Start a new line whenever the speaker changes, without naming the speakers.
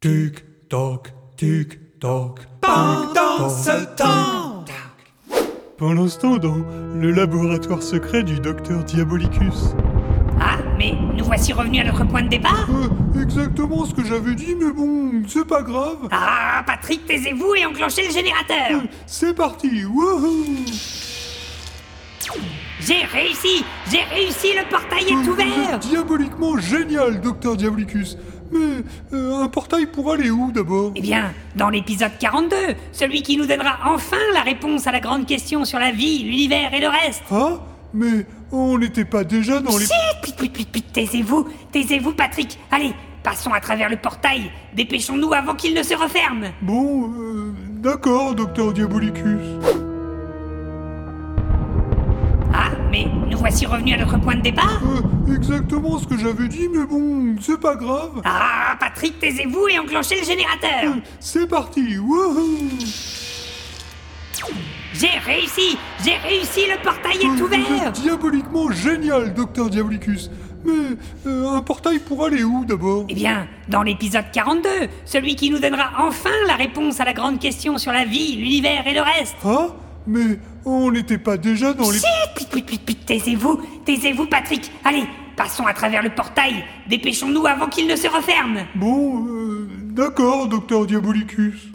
Tic toc, tic toc.
Pendant ce temps
Pendant ce temps, dans le laboratoire secret du docteur Diabolicus.
Ah, mais nous voici revenus à notre point de départ
Euh, exactement ce que j'avais dit, mais bon, c'est pas grave.
Ah, Patrick, taisez-vous et enclenchez le générateur
C'est parti, wouhou
J'ai réussi J'ai réussi, le portail est
Vous
ouvert
êtes Euh, Diaboliquement génial, docteur Diabolicus. Mais euh, un portail pour aller où d'abord
Eh bien, dans l'épisode 42, celui qui nous donnera enfin la réponse à la grande question sur la vie, l'univers et le reste
Ah Mais on n'était pas déjà dans les.
Chut, pit, pit, pit, pit, taisez-vous Taisez-vous, Patrick Allez, passons à travers le portail Dépêchons-nous avant qu'il ne se referme
Bon, euh, d'accord, docteur Diabolicus.
Ah, mais nous voici revenus à notre point de départ
Euh, exactement ce que j'avais dit, mais bon, c'est pas grave.
Ah, Patrick, taisez-vous et enclenchez le générateur
C'est parti, wouhou
J'ai réussi J'ai réussi, le portail est
Vous
ouvert
êtes Diaboliquement génial, docteur Diabolicus. Mais euh, un portail pour aller où d'abord
Eh bien, dans l'épisode 42, celui qui nous donnera enfin la réponse à la grande question sur la vie, l'univers et le reste
Ah Mais on n'était pas déjà dans les.
Chut, pit, pit, pit, pit, taisez-vous Taisez-vous, Patrick Allez, passons à travers le portail Dépêchons-nous avant qu'il ne se referme
Bon, euh, d'accord, docteur Diabolicus.